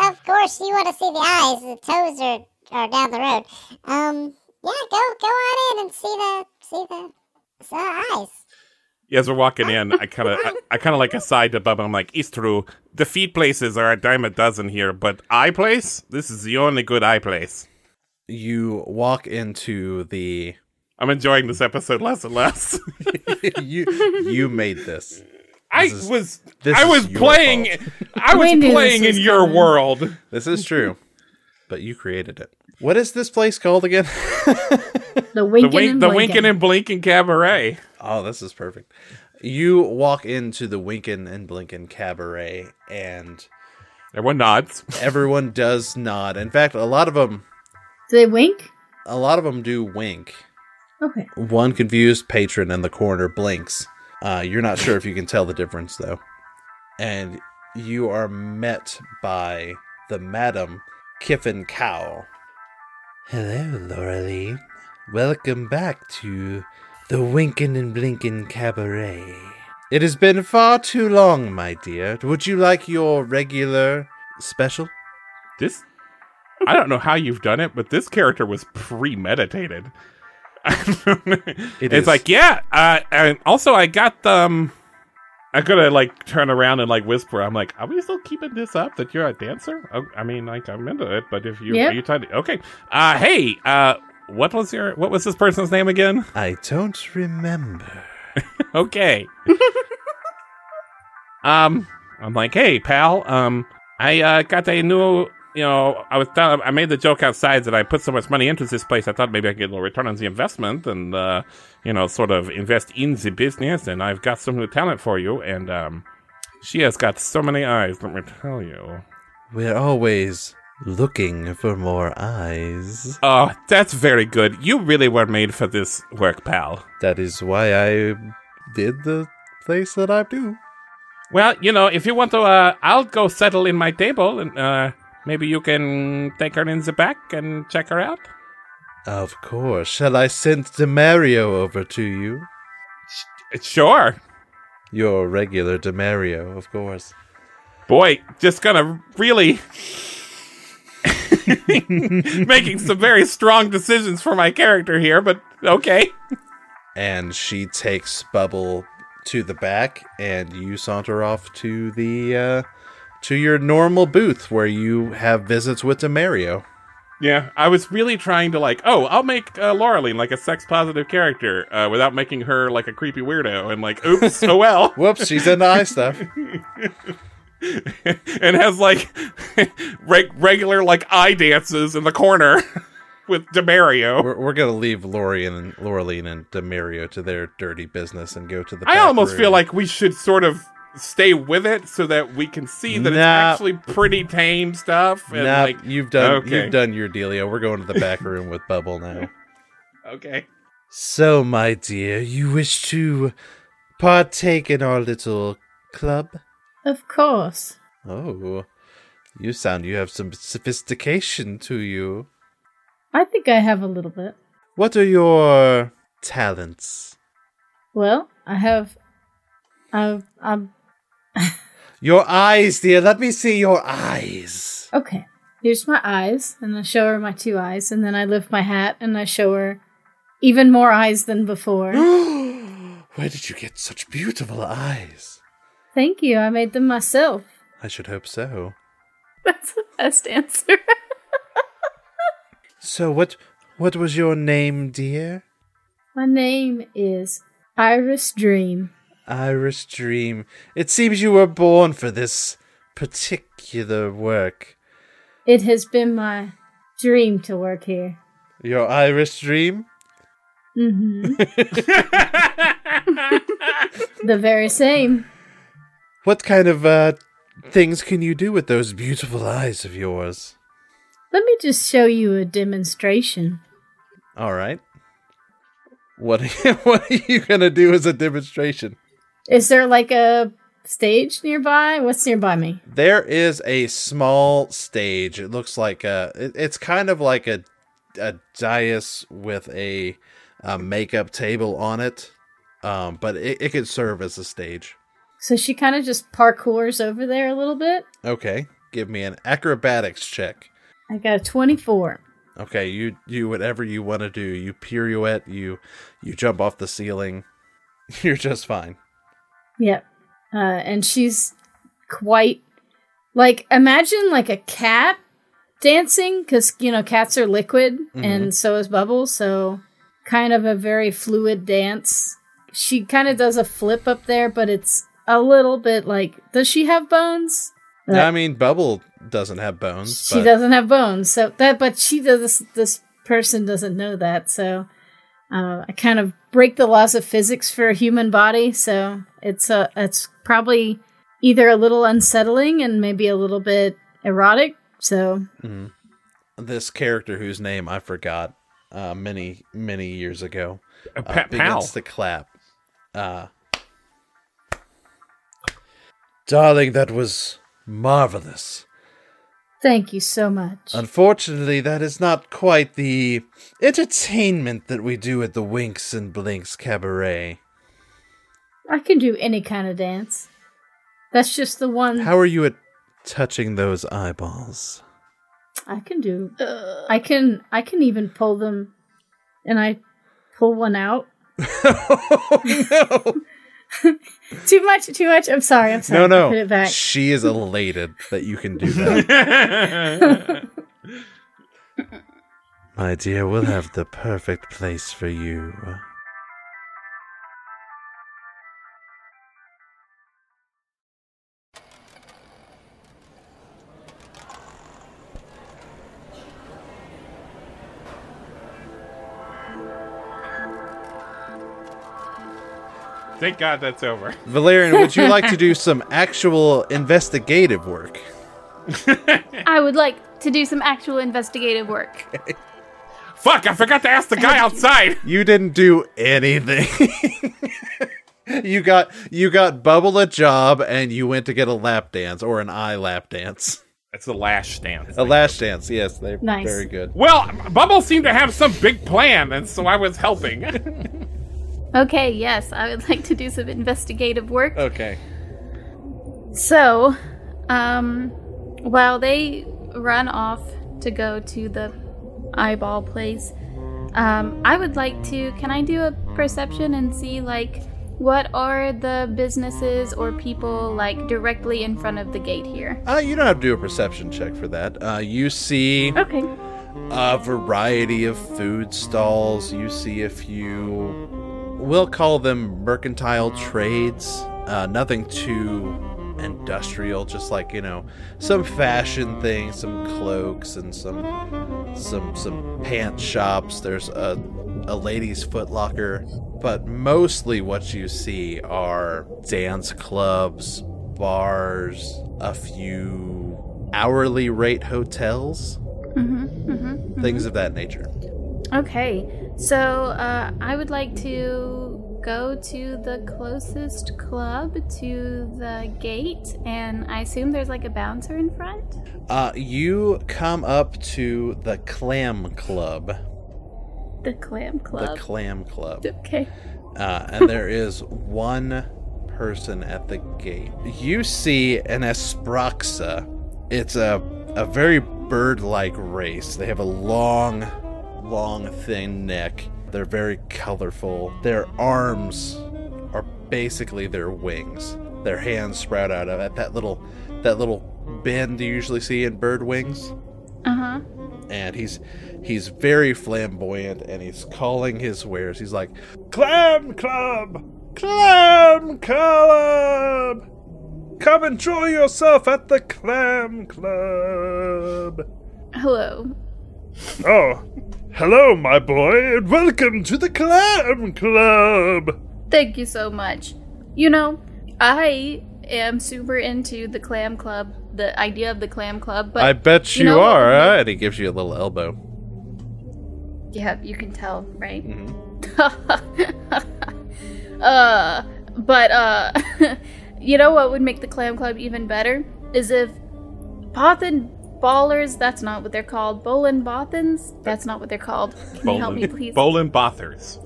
Speaker 7: yeah, of course you want to see the eyes. The toes are, are down the road. Um, yeah, go go on in and see the see the, see the eyes.
Speaker 1: As we're walking in, I kind of I, I kind of like aside to Bubba. I'm like, it's true. The feet places are a dime a dozen here, but eye place. This is the only good eye place.
Speaker 3: You walk into the. *laughs*
Speaker 1: I'm enjoying this episode less and less. *laughs*
Speaker 3: you you made this.
Speaker 1: I
Speaker 3: is-
Speaker 1: was
Speaker 3: this
Speaker 1: I
Speaker 3: is
Speaker 1: was
Speaker 3: your
Speaker 1: playing
Speaker 3: fault.
Speaker 1: I was
Speaker 4: We knew this
Speaker 1: playing in
Speaker 4: was
Speaker 1: your
Speaker 4: coming.
Speaker 1: world.
Speaker 3: This is true, but you created it. What is this place called again? *laughs*
Speaker 4: the
Speaker 1: The
Speaker 4: winking
Speaker 1: wink
Speaker 4: and
Speaker 1: the
Speaker 4: blinking.
Speaker 1: winking and blinking cabaret.
Speaker 3: Oh, this is perfect. You walk into the Winkin' and Blinkin' Cabaret, and
Speaker 1: Everyone nods.
Speaker 3: Everyone does nod. In fact, a lot of them,
Speaker 4: Do they wink?
Speaker 3: a lot of them do wink.
Speaker 4: Okay.
Speaker 3: One confused patron in the corner blinks. Uh, you're not sure if you can tell the difference though, and you are met by the Madam Kiffin Cow. Hello, Laureline. Welcome back to the Winkin' and Blinkin' Cabaret. It has been far too long, my dear. Would you like your regular special?
Speaker 1: This, I don't know how you've done it, but this character was premeditated.
Speaker 3: It
Speaker 1: *laughs* it's
Speaker 3: is.
Speaker 1: like, yeah. Uh, and also, I got um, I could have like turn around and like whisper. I'm like, are we still keeping this up? That you're a dancer? Oh, I mean, like I'm into it, but if you
Speaker 4: Yeah.
Speaker 1: are you trying to okay, uh, hey, uh, what was your what was this person's name again?
Speaker 3: I don't remember.
Speaker 1: okay. um, I'm like, hey, pal. Um, I uh, got a new. You know, I was tell- I made the joke outside that I put so much money into this place. I thought maybe I could get a little return on the investment and uh, you know, sort of invest in the business. And I've got some new talent for you. And um, she has got so many eyes. Let me tell you.
Speaker 3: We're always looking for more eyes.
Speaker 1: Oh, that's very good. You really were made for this work, pal.
Speaker 3: That is why I did the place that I do.
Speaker 1: Well, you know, if you want to, uh, I'll go settle in my table, and uh, maybe you can take her in the back and check her out.
Speaker 3: Of course. Shall I send Demario over to you?
Speaker 1: Sure,
Speaker 3: Your regular Demario, of course.
Speaker 1: boy, just gonna really *laughs* making some very strong decisions for my character here, but okay.
Speaker 3: And she takes Bubble to the back, and you saunter off to the uh, to your normal booth where you have visits with Demario.
Speaker 1: Yeah, I was really trying to like, oh, I'll make uh, Laureline like a sex positive character uh, without making her like a creepy weirdo, and like, oops, oh well.
Speaker 3: Whoops, she's into
Speaker 1: *laughs*
Speaker 3: eye stuff.
Speaker 1: and has like *laughs* reg- regular like eye dances in the corner *laughs* with Demario.
Speaker 3: We're, we're gonna leave Lori and Laureline and Demario to their dirty business and go to the.
Speaker 1: I
Speaker 3: back
Speaker 1: almost
Speaker 3: room.
Speaker 1: feel like we should sort of stay with it so that we can see that
Speaker 3: Nah.
Speaker 1: it's actually pretty tame stuff. And
Speaker 3: Nah,
Speaker 1: like
Speaker 3: you've done
Speaker 1: okay.
Speaker 3: you've done your dealio. We're going to the back room with Bubble now.
Speaker 1: Okay.
Speaker 3: So, my dear, you wish to partake in our little club?
Speaker 4: Of course.
Speaker 3: Oh, you sound you have some sophistication to you.
Speaker 4: I think I have a little bit.
Speaker 3: What are your talents?
Speaker 4: Well, I have. i I'm
Speaker 3: Your eyes, dear. Let me see your eyes. *gasps*
Speaker 4: okay. Here's my eyes, and I show her my two eyes, and then I lift my hat and I show her even more eyes than before.
Speaker 3: Where did you get such beautiful eyes?
Speaker 4: Thank you. I made them myself.
Speaker 3: I should hope so.
Speaker 2: That's the best answer.
Speaker 3: So, what what was your name, dear?
Speaker 4: My name is Iris Dream.
Speaker 3: Iris Dream. It seems you were born for this particular work.
Speaker 4: It has been my dream to work here.
Speaker 3: Your Iris Dream?
Speaker 4: hmm the very same.
Speaker 3: What kind of uh, things can you do with those beautiful eyes of yours?
Speaker 4: Let me just show you a demonstration.
Speaker 3: All right. What are you, *laughs* what are you gonna do as a demonstration?
Speaker 4: Is there like a stage nearby? What's nearby me?
Speaker 3: There is a small stage. It looks like a. it- it's kind of like a a dais with a, a makeup table on it, um, but it, it could serve as a stage.
Speaker 4: So she kind of just parkours over there a little bit.
Speaker 3: Okay, give me an acrobatics check.
Speaker 4: I got a 24.
Speaker 3: Okay, you do whatever you want to do. You pirouette, you you jump off the ceiling. *laughs* You're just fine.
Speaker 4: Yep. Uh, and she's quite like imagine like a cat dancing because you know cats are liquid and so is bubble so kind of a very fluid dance she kind of does a flip up there but it's a little bit like does she have bones
Speaker 3: Now, I mean, Bubble doesn't have bones.
Speaker 4: she
Speaker 3: but
Speaker 4: doesn't have bones so that but she does this this person doesn't know that so uh, i kind of break the laws of physics for a human body so it's a it's uh, probably either a little unsettling and maybe a little bit erotic. So
Speaker 3: This character whose name I forgot uh, many, many years ago
Speaker 1: Uh,
Speaker 3: uh,
Speaker 1: pa-
Speaker 3: begins
Speaker 1: pal.
Speaker 3: to clap. Uh, Darling, that was marvelous.
Speaker 4: thank you so much.
Speaker 3: Um, Unfortunately, that is not quite the entertainment that we do at the Winks and Blinks Cabaret.
Speaker 4: I can do any kind of dance. That's just the one
Speaker 3: How are you at touching those eyeballs?
Speaker 4: I can do.
Speaker 2: Uh.
Speaker 4: I can. I can even pull them, and I pull
Speaker 3: *laughs*
Speaker 4: one out.
Speaker 3: Oh,
Speaker 4: Too much. Too much. I'm sorry. I'm sorry.
Speaker 3: No,
Speaker 4: I Put it
Speaker 3: no.
Speaker 4: back.
Speaker 3: She is elated that you can do that.
Speaker 4: *laughs*
Speaker 3: My dear, we'll have the perfect place for you.
Speaker 1: Thank God that's over.
Speaker 3: Valerian, would you like to do some actual investigative work?
Speaker 2: *laughs* I would like to do some actual investigative work.
Speaker 1: Fuck, I forgot to ask the guy outside.
Speaker 3: You didn't do anything. *laughs* you got you got bubble a job and you went to get a lap dance or an eye lap dance.
Speaker 1: *laughs* That's the lash stance.
Speaker 3: A lash dance, yes, they're
Speaker 4: Nice.
Speaker 3: very good.
Speaker 1: Well, Bubble seemed to have some big plan, and so I was helping.
Speaker 2: Okay, yes, I would *laughs* like to do some investigative work.
Speaker 3: Okay.
Speaker 2: So, um, while they run off to go to the eyeball place, um, I would like to. Can I do a perception and see, like, what are the businesses or people, like, directly in front of the gate here?
Speaker 3: Uh, you don't have to do a perception check for that. Uh, you see
Speaker 2: Okay.
Speaker 3: a variety of food stalls. You see a few, we'll call them mercantile trades. Uh, nothing too industrial, just like you know, some fashion things, some cloaks, and some some some pant shops. There's a a lady's foot locker, but mostly what you see are dance clubs, bars, a few hourly rate hotels things of that nature.
Speaker 2: Okay. So, uh, I would like to go to the closest club to the gate, and I assume there's, like, a bouncer in front?
Speaker 3: Uh, you come up to the Clam Club.
Speaker 2: The clam club.
Speaker 3: The Clam Club.
Speaker 2: Okay.
Speaker 3: Uh, and there is one person at the gate. You see an Esproxa. It's a, a very bird like race. They have a long, long, thin neck. They're very colorful. Their arms are basically their wings. Their hands sprout out of at that little that little bend you usually see in bird wings.
Speaker 2: Uh huh.
Speaker 3: and he's he's very flamboyant and he's calling his wares. He's like, Clam Club! Clam Club! Come enjoy yourself at the Clam Club!
Speaker 2: Hello.
Speaker 3: Oh, hello, my boy, and welcome to the Clam Club!
Speaker 2: Thank you so much. You know, I am super into the clam club, the idea of the clam club, but
Speaker 3: I bet you,
Speaker 2: you know what
Speaker 3: are,
Speaker 2: would
Speaker 3: huh?
Speaker 2: make-
Speaker 3: And he gives you a little elbow.
Speaker 2: yeah, you can tell, right? *laughs* uh, but uh, *laughs* you know what would make the clam club even better is if Bothan Ballers, that's not what they're called. Bolin Bothans, that's not what they're called. Can you help me, please?
Speaker 1: Bolin Bothers.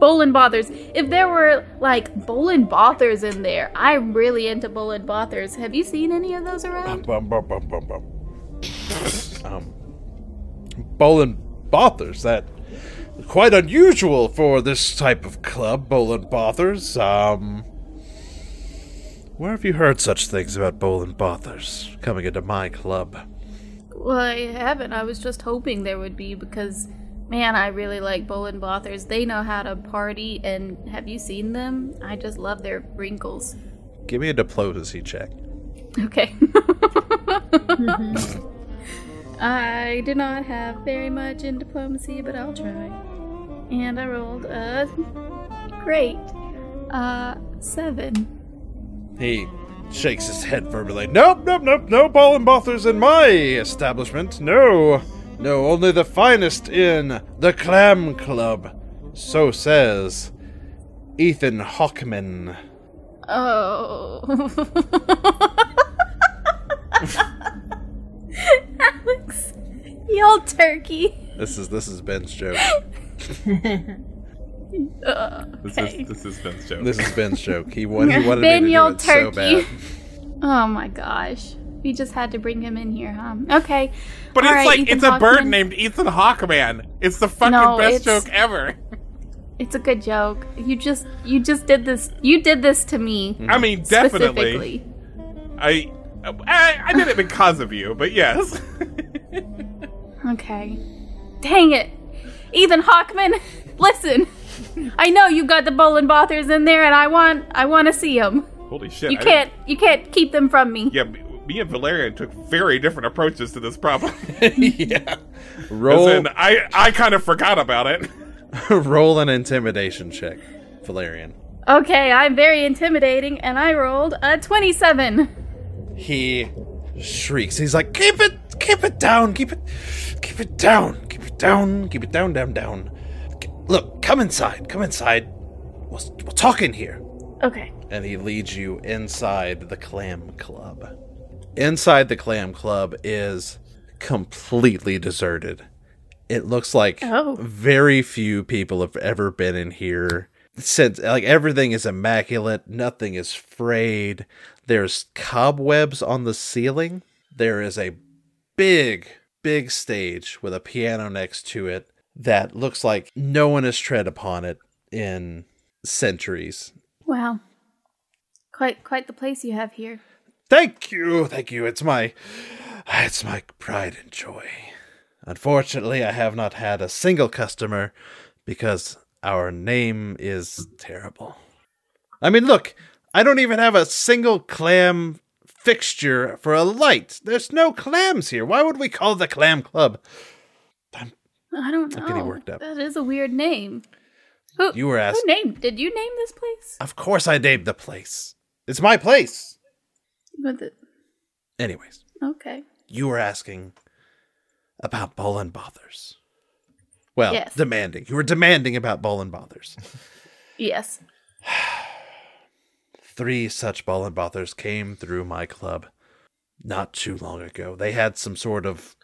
Speaker 2: Bolin Bothers. If there were like Bolin Bothers in there, I'm really into Bolin Bothers. Have you seen any of those around?
Speaker 3: Bum, bum, bum, bum, bum. um, Bolin Bothers, that quite unusual for this type of club, Bolin Bothers. Um, where have you heard such things about Bolin Bothers coming into my club?
Speaker 2: Well, I haven't. I was just hoping there would be because, man, I really like Bolin Bothers. They know how to party, and have you seen them? I just love their wrinkles.
Speaker 3: Give me a diplomacy check.
Speaker 2: Okay. I do not have very much in diplomacy, but I'll try. And I rolled a great uh, seven.
Speaker 3: He shakes his head verbally. Nope, nope, nope, no Ballenbothers in my establishment. No, no, only the finest in the Clam Club. So says Ethan Hawkman.
Speaker 2: Oh. *laughs* Alex, you old turkey.
Speaker 3: This is this is Ben's joke.
Speaker 1: This
Speaker 2: Okay.
Speaker 1: is this is Ben's joke.
Speaker 3: This is Ben's joke. He, wa- he wanted
Speaker 2: Ben,
Speaker 3: me to
Speaker 2: you
Speaker 3: do
Speaker 2: old
Speaker 3: it so
Speaker 2: turkey.
Speaker 3: bad.
Speaker 2: Oh my gosh. We just had to bring him in here, huh? Okay.
Speaker 1: but
Speaker 2: All
Speaker 1: it's
Speaker 2: right,
Speaker 1: like
Speaker 2: Ethan
Speaker 1: it's a bird
Speaker 2: Hawkman.
Speaker 1: named Ethan Hawkman. It's the fucking
Speaker 2: No,
Speaker 1: best
Speaker 2: it's-
Speaker 1: joke ever. *laughs*
Speaker 2: It's a good joke. You just you just did this you did this to me.
Speaker 1: I mean, definitely.
Speaker 2: Specifically.
Speaker 1: I, I I did it because of you, but yes. *laughs*
Speaker 2: Okay. Dang it. Ethan Hawkman, *laughs* listen. I know you got the Bolin Bothers in there and I want I want to see them.
Speaker 1: Holy shit!
Speaker 2: You
Speaker 1: I didn't-
Speaker 2: can't you can't keep them from me.
Speaker 1: Yeah, me, me and Valerian took very different approaches to this problem. *laughs*
Speaker 3: *laughs* yeah.
Speaker 1: As
Speaker 3: Roll
Speaker 1: in, I I kind of forgot about it.
Speaker 3: *laughs* roll an intimidation check, Valerian.
Speaker 2: Okay, I'm very intimidating and I rolled a 27.
Speaker 3: He shrieks. He's like, "Keep it, keep it down, keep it, keep it down, keep it down, keep it down, down, down." K- Look, come inside, come inside. We'll, we'll talk in here.
Speaker 2: Okay.
Speaker 3: and he leads you inside the clam club. Inside the clam club is completely deserted. It looks like
Speaker 2: Oh.
Speaker 3: very few people have ever been in here since like everything is immaculate, nothing is frayed. There's cobwebs on the ceiling. There is a big, big stage with a piano next to it that looks like no one has tread upon it in centuries.
Speaker 2: Wow. Quite quite the place you have here.
Speaker 3: Thank you, thank you. It's my it's my pride and joy. Unfortunately, I have not had a single customer because our name is terrible. I mean, look, I don't even have a single clam fixture for a light. There's no clams here. Why would we call the clam club?
Speaker 2: I don't know.
Speaker 3: I'm getting worked up.
Speaker 2: That is a weird name. Who
Speaker 3: You were
Speaker 2: Who
Speaker 3: asked.
Speaker 2: named? Did you name this place?
Speaker 3: Of course I named the place. It's my place.
Speaker 2: But the-
Speaker 3: Anyways,
Speaker 2: okay.
Speaker 3: you were asking about Ball and Bothers. Well,
Speaker 2: Yes.
Speaker 3: demanding. You were demanding about Ball and Bothers.
Speaker 2: Yes.
Speaker 3: Three such Ball and Bothers came through my club not too long ago. They had some sort of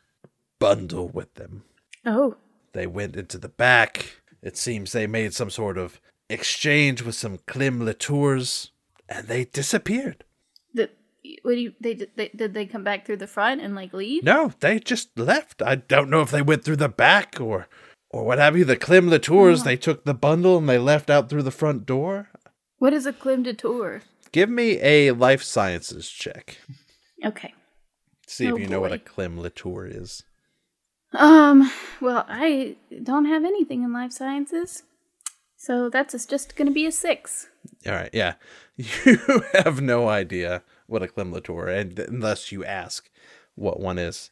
Speaker 3: bundle with them.
Speaker 2: Oh.
Speaker 3: They went into the back. It seems they made some sort of exchange with some Klim Latours, and they disappeared.
Speaker 2: The, what do you, they, they did they come back through the front and like leave?
Speaker 3: No, they just left. I don't know if they went through the back or or what have you. The Klim
Speaker 2: Hmm.
Speaker 3: Latours, they took the bundle and they left out through the front door.
Speaker 2: What is a clim de tour?
Speaker 3: Give me a life sciences check.
Speaker 2: Okay.
Speaker 3: See
Speaker 2: Oh,
Speaker 3: if you know what a
Speaker 2: boy.
Speaker 3: Klim Latour is.
Speaker 2: Um. Well, I don't have anything in life sciences, so that's just- just going to be a six.
Speaker 3: All right, yeah. *laughs* You have no idea what a Klim Latour, and unless you ask what one is.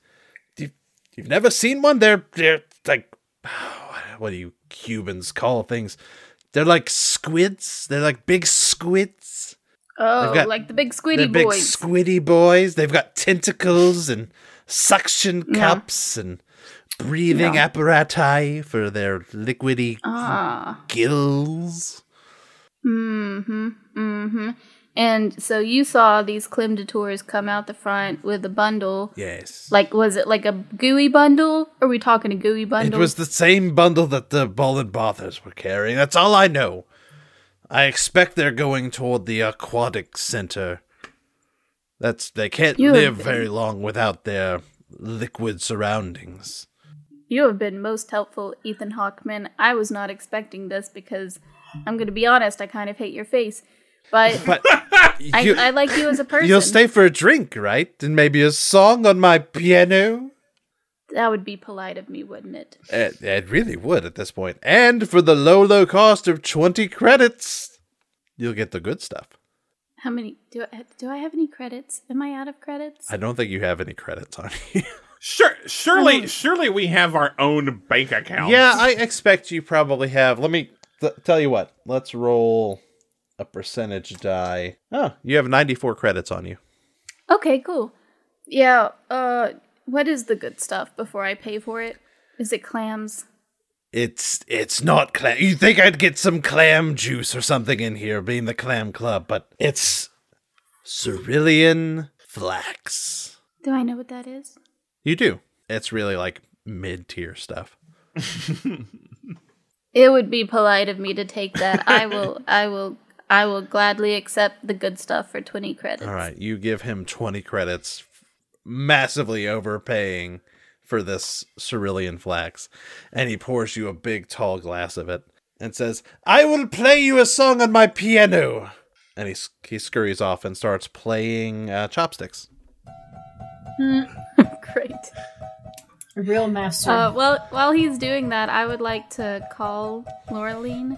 Speaker 3: You've, you've never seen one? They're, they're like, *sighs* what do you Cubans call things? They're like squids. They're like big squids.
Speaker 2: Oh,
Speaker 3: They've got-
Speaker 2: like the big squiddy
Speaker 3: They're big
Speaker 2: boys.
Speaker 3: squiddy boys. They've got tentacles and suction cups and breathing apparatus for their liquidy
Speaker 2: ah.
Speaker 3: gills.
Speaker 2: Mm-hmm. Mm-hmm. And so you saw these clim de tours come out the front with a bundle.
Speaker 3: Yes.
Speaker 2: Like, was it like a gooey bundle? Are we talking a gooey
Speaker 3: It
Speaker 2: bundle?
Speaker 3: was the same bundle that the Ball and Bothers were carrying. That's all I know. I expect they're going toward the aquatic center. That's they can't
Speaker 2: You have
Speaker 3: live
Speaker 2: been-
Speaker 3: very long without their liquid surroundings.
Speaker 2: You have been most helpful, Ethan Hawkman. I was not expecting this because I'm going to be honest, I kind of hate your face. But,
Speaker 3: But
Speaker 2: I,
Speaker 3: *laughs* you-
Speaker 2: I like you as a person.
Speaker 3: *laughs* You'll stay for a drink, right? And maybe a song on my piano?
Speaker 2: That would be polite of me, wouldn't it?
Speaker 3: It, it really would at this point. And for the low, low cost of 20 credits, you'll get the good stuff.
Speaker 2: How many do I do I have any credits? Am I out of credits?
Speaker 3: I don't think you have any credits on *laughs* you.
Speaker 1: Sure,
Speaker 2: Mm-hmm.
Speaker 1: surely, surely we have our own bank account.
Speaker 3: yeah, I expect you probably have. Let me th- tell you what. Let's roll a percentage die. Oh, you have 94 credits on you.
Speaker 2: Okay, cool. Yeah, uh what is the good stuff before I pay for it? Is it clams?
Speaker 3: It's it's not clam. You think I'd get some clam juice or something in here, being the clam club, but it's cerulean flax.
Speaker 2: Do I know what that is?
Speaker 3: You do. It's really like mid tier stuff.
Speaker 2: It would be polite of me to take that. *laughs* I will I will I will gladly accept the good stuff for 20 credits.
Speaker 3: All right, you give him 20 credits, massively overpaying for this cerulean flax, and he pours you a big tall glass of it and says, "I will play you a song on my piano." And he s- he scurries off and starts playing uh, chopsticks.
Speaker 2: Great.
Speaker 4: A real master.
Speaker 2: Uh, well, while he's doing that, I would like to call Laureline.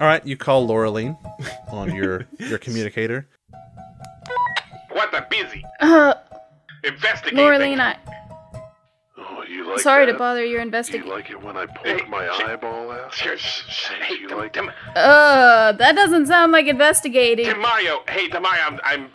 Speaker 3: All right, you call Laureline *laughs* on your your communicator.
Speaker 8: What a busy
Speaker 2: Uh,
Speaker 8: investigating.
Speaker 2: Laureline,
Speaker 8: *laughs*
Speaker 2: I,
Speaker 9: Oh, you like
Speaker 2: sorry
Speaker 9: that?
Speaker 2: to bother your
Speaker 9: Do you
Speaker 2: investigation.
Speaker 9: like it when I poke my eyeball out?
Speaker 8: Sure, sh- sh-
Speaker 9: Do
Speaker 8: hey,
Speaker 9: you
Speaker 8: Tam-
Speaker 9: like
Speaker 8: Tam-
Speaker 2: Uh, that doesn't sound like investigating.
Speaker 8: Demario. Hey, Demario, I'm, I'm,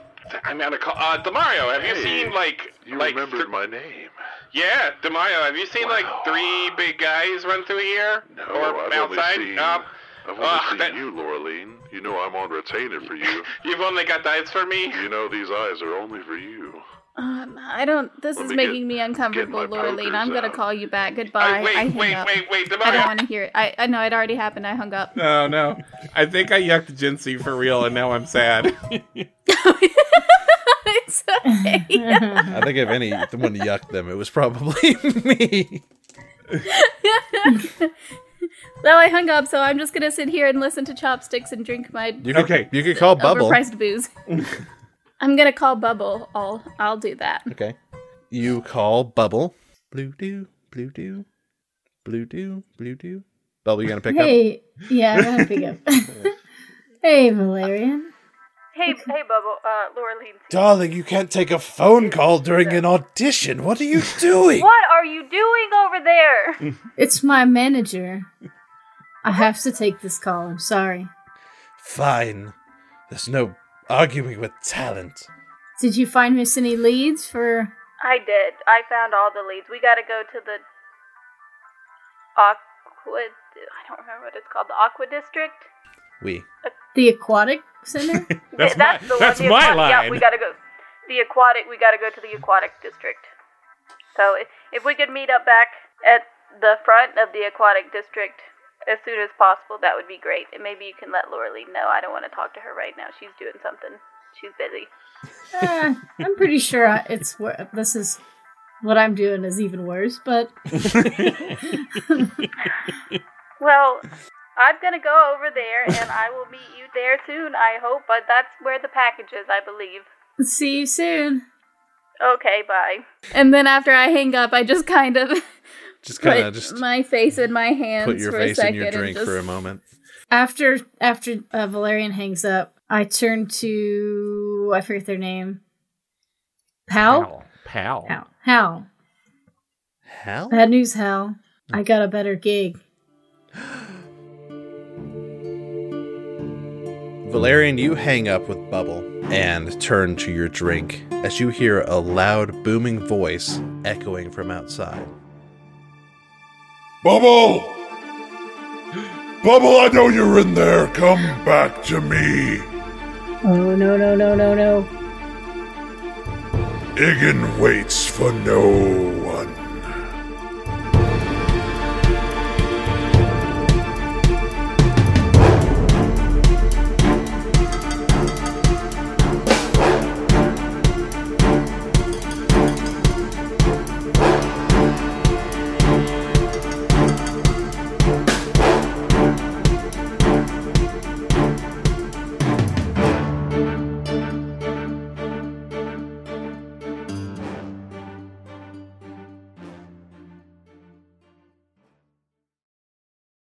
Speaker 8: I'm on a call. Uh, Demario, have you
Speaker 9: Hey,
Speaker 8: seen like,
Speaker 9: You
Speaker 8: like,
Speaker 9: remembered
Speaker 8: th-
Speaker 9: my name.
Speaker 8: yeah, Demario, have you seen
Speaker 9: Wow.
Speaker 8: like three big guys run through here
Speaker 9: No,
Speaker 8: or
Speaker 9: Oh, I've
Speaker 8: outside?
Speaker 9: only seen,
Speaker 8: Uh,
Speaker 9: I've only
Speaker 8: ah,
Speaker 9: seen
Speaker 8: that-
Speaker 9: you, Laureline. You know I'm on retainer
Speaker 1: *laughs*
Speaker 9: for you.
Speaker 8: you've only got eyes for me.
Speaker 9: you know these eyes are only for you.
Speaker 2: Um, I don't. This
Speaker 9: Let
Speaker 2: is
Speaker 9: me
Speaker 2: making
Speaker 9: get-
Speaker 2: me uncomfortable,
Speaker 9: get my
Speaker 2: Laureline. I'm
Speaker 9: pokers
Speaker 2: gonna
Speaker 9: out.
Speaker 2: call you back. Goodbye.
Speaker 8: Hey,
Speaker 2: I
Speaker 8: wait,
Speaker 2: hung
Speaker 8: wait,
Speaker 2: up.
Speaker 8: wait, wait,
Speaker 2: I don't
Speaker 8: Demario.
Speaker 2: want to hear it. I, I know it already happened. I hung up.
Speaker 1: No, no. I think I yucked Jinxie for real, and now I'm sad.
Speaker 2: *laughs*
Speaker 1: *laughs*
Speaker 2: it's *laughs* okay.
Speaker 3: I think if anyone yucked them, it was probably *laughs* me.
Speaker 2: well, I hung up, so I'm just gonna sit here and listen to chopsticks and drink my
Speaker 3: You could,
Speaker 1: Okay.
Speaker 3: you could call Bubble.
Speaker 2: overpriced
Speaker 3: *laughs*
Speaker 2: booze. I'm gonna call Bubble. I'll I'll do that.
Speaker 3: Okay. You call Bubble. Blue doo, blue doo, blue doo, blue doo. Bubble, you gonna pick up?
Speaker 4: hey, yeah, I'm gonna pick up. *laughs* hey, Valerian.
Speaker 2: Hey, hey, Bubble. Uh, Laureline.
Speaker 3: Darling, you can't take a phone call during an audition. What
Speaker 2: *laughs*
Speaker 3: are you doing?
Speaker 2: What are you doing over
Speaker 3: Mm.
Speaker 2: there?
Speaker 4: It's my manager. I have to take this call. I'm sorry.
Speaker 3: Fine. There's no arguing with talent.
Speaker 4: Did you find miss any leads for?
Speaker 2: I did. I found all the leads. We gotta go to the aqua. I don't remember what it's called. The aqua district.
Speaker 3: We.
Speaker 4: The aquatic center?
Speaker 1: That's my- that's
Speaker 2: the
Speaker 1: my
Speaker 2: aqua- Yeah,
Speaker 1: line.
Speaker 2: we gotta go. The aquatic. We gotta go to the aquatic district. So if, if we could meet up back at the front of the aquatic district as soon as possible, that would be great. And maybe you can let Laura Lee know. I don't want to talk to her right now. She's doing something. She's busy.
Speaker 4: Eh, I'm pretty sure I, it's wor- this is what I'm doing is even worse. But
Speaker 2: Well, I'm gonna go over there, and I will meet you there soon. I hope, but that's where the package is, I believe.
Speaker 4: see you soon.
Speaker 2: Okay, bye. And then after I hang up, I just kind of
Speaker 3: Just kind
Speaker 2: put
Speaker 3: of just
Speaker 2: my face in my hands
Speaker 3: put your
Speaker 2: for a
Speaker 3: face in
Speaker 2: second
Speaker 3: your drink
Speaker 2: and just
Speaker 3: for a moment.
Speaker 4: After after uh, Valerian hangs up, I turn to I forget their name. Hal.
Speaker 1: Pal.
Speaker 4: Hal. Hal.
Speaker 3: Hell?
Speaker 4: Bad news, Hal. I got a better gig.
Speaker 3: Valerian, you hang up with Bubble and turn to your drink as you hear a loud, booming voice echoing from outside.
Speaker 6: Bubble! Bubble, I know you're in there. Come back to me.
Speaker 4: Oh no no no no no!
Speaker 6: Igan waits for no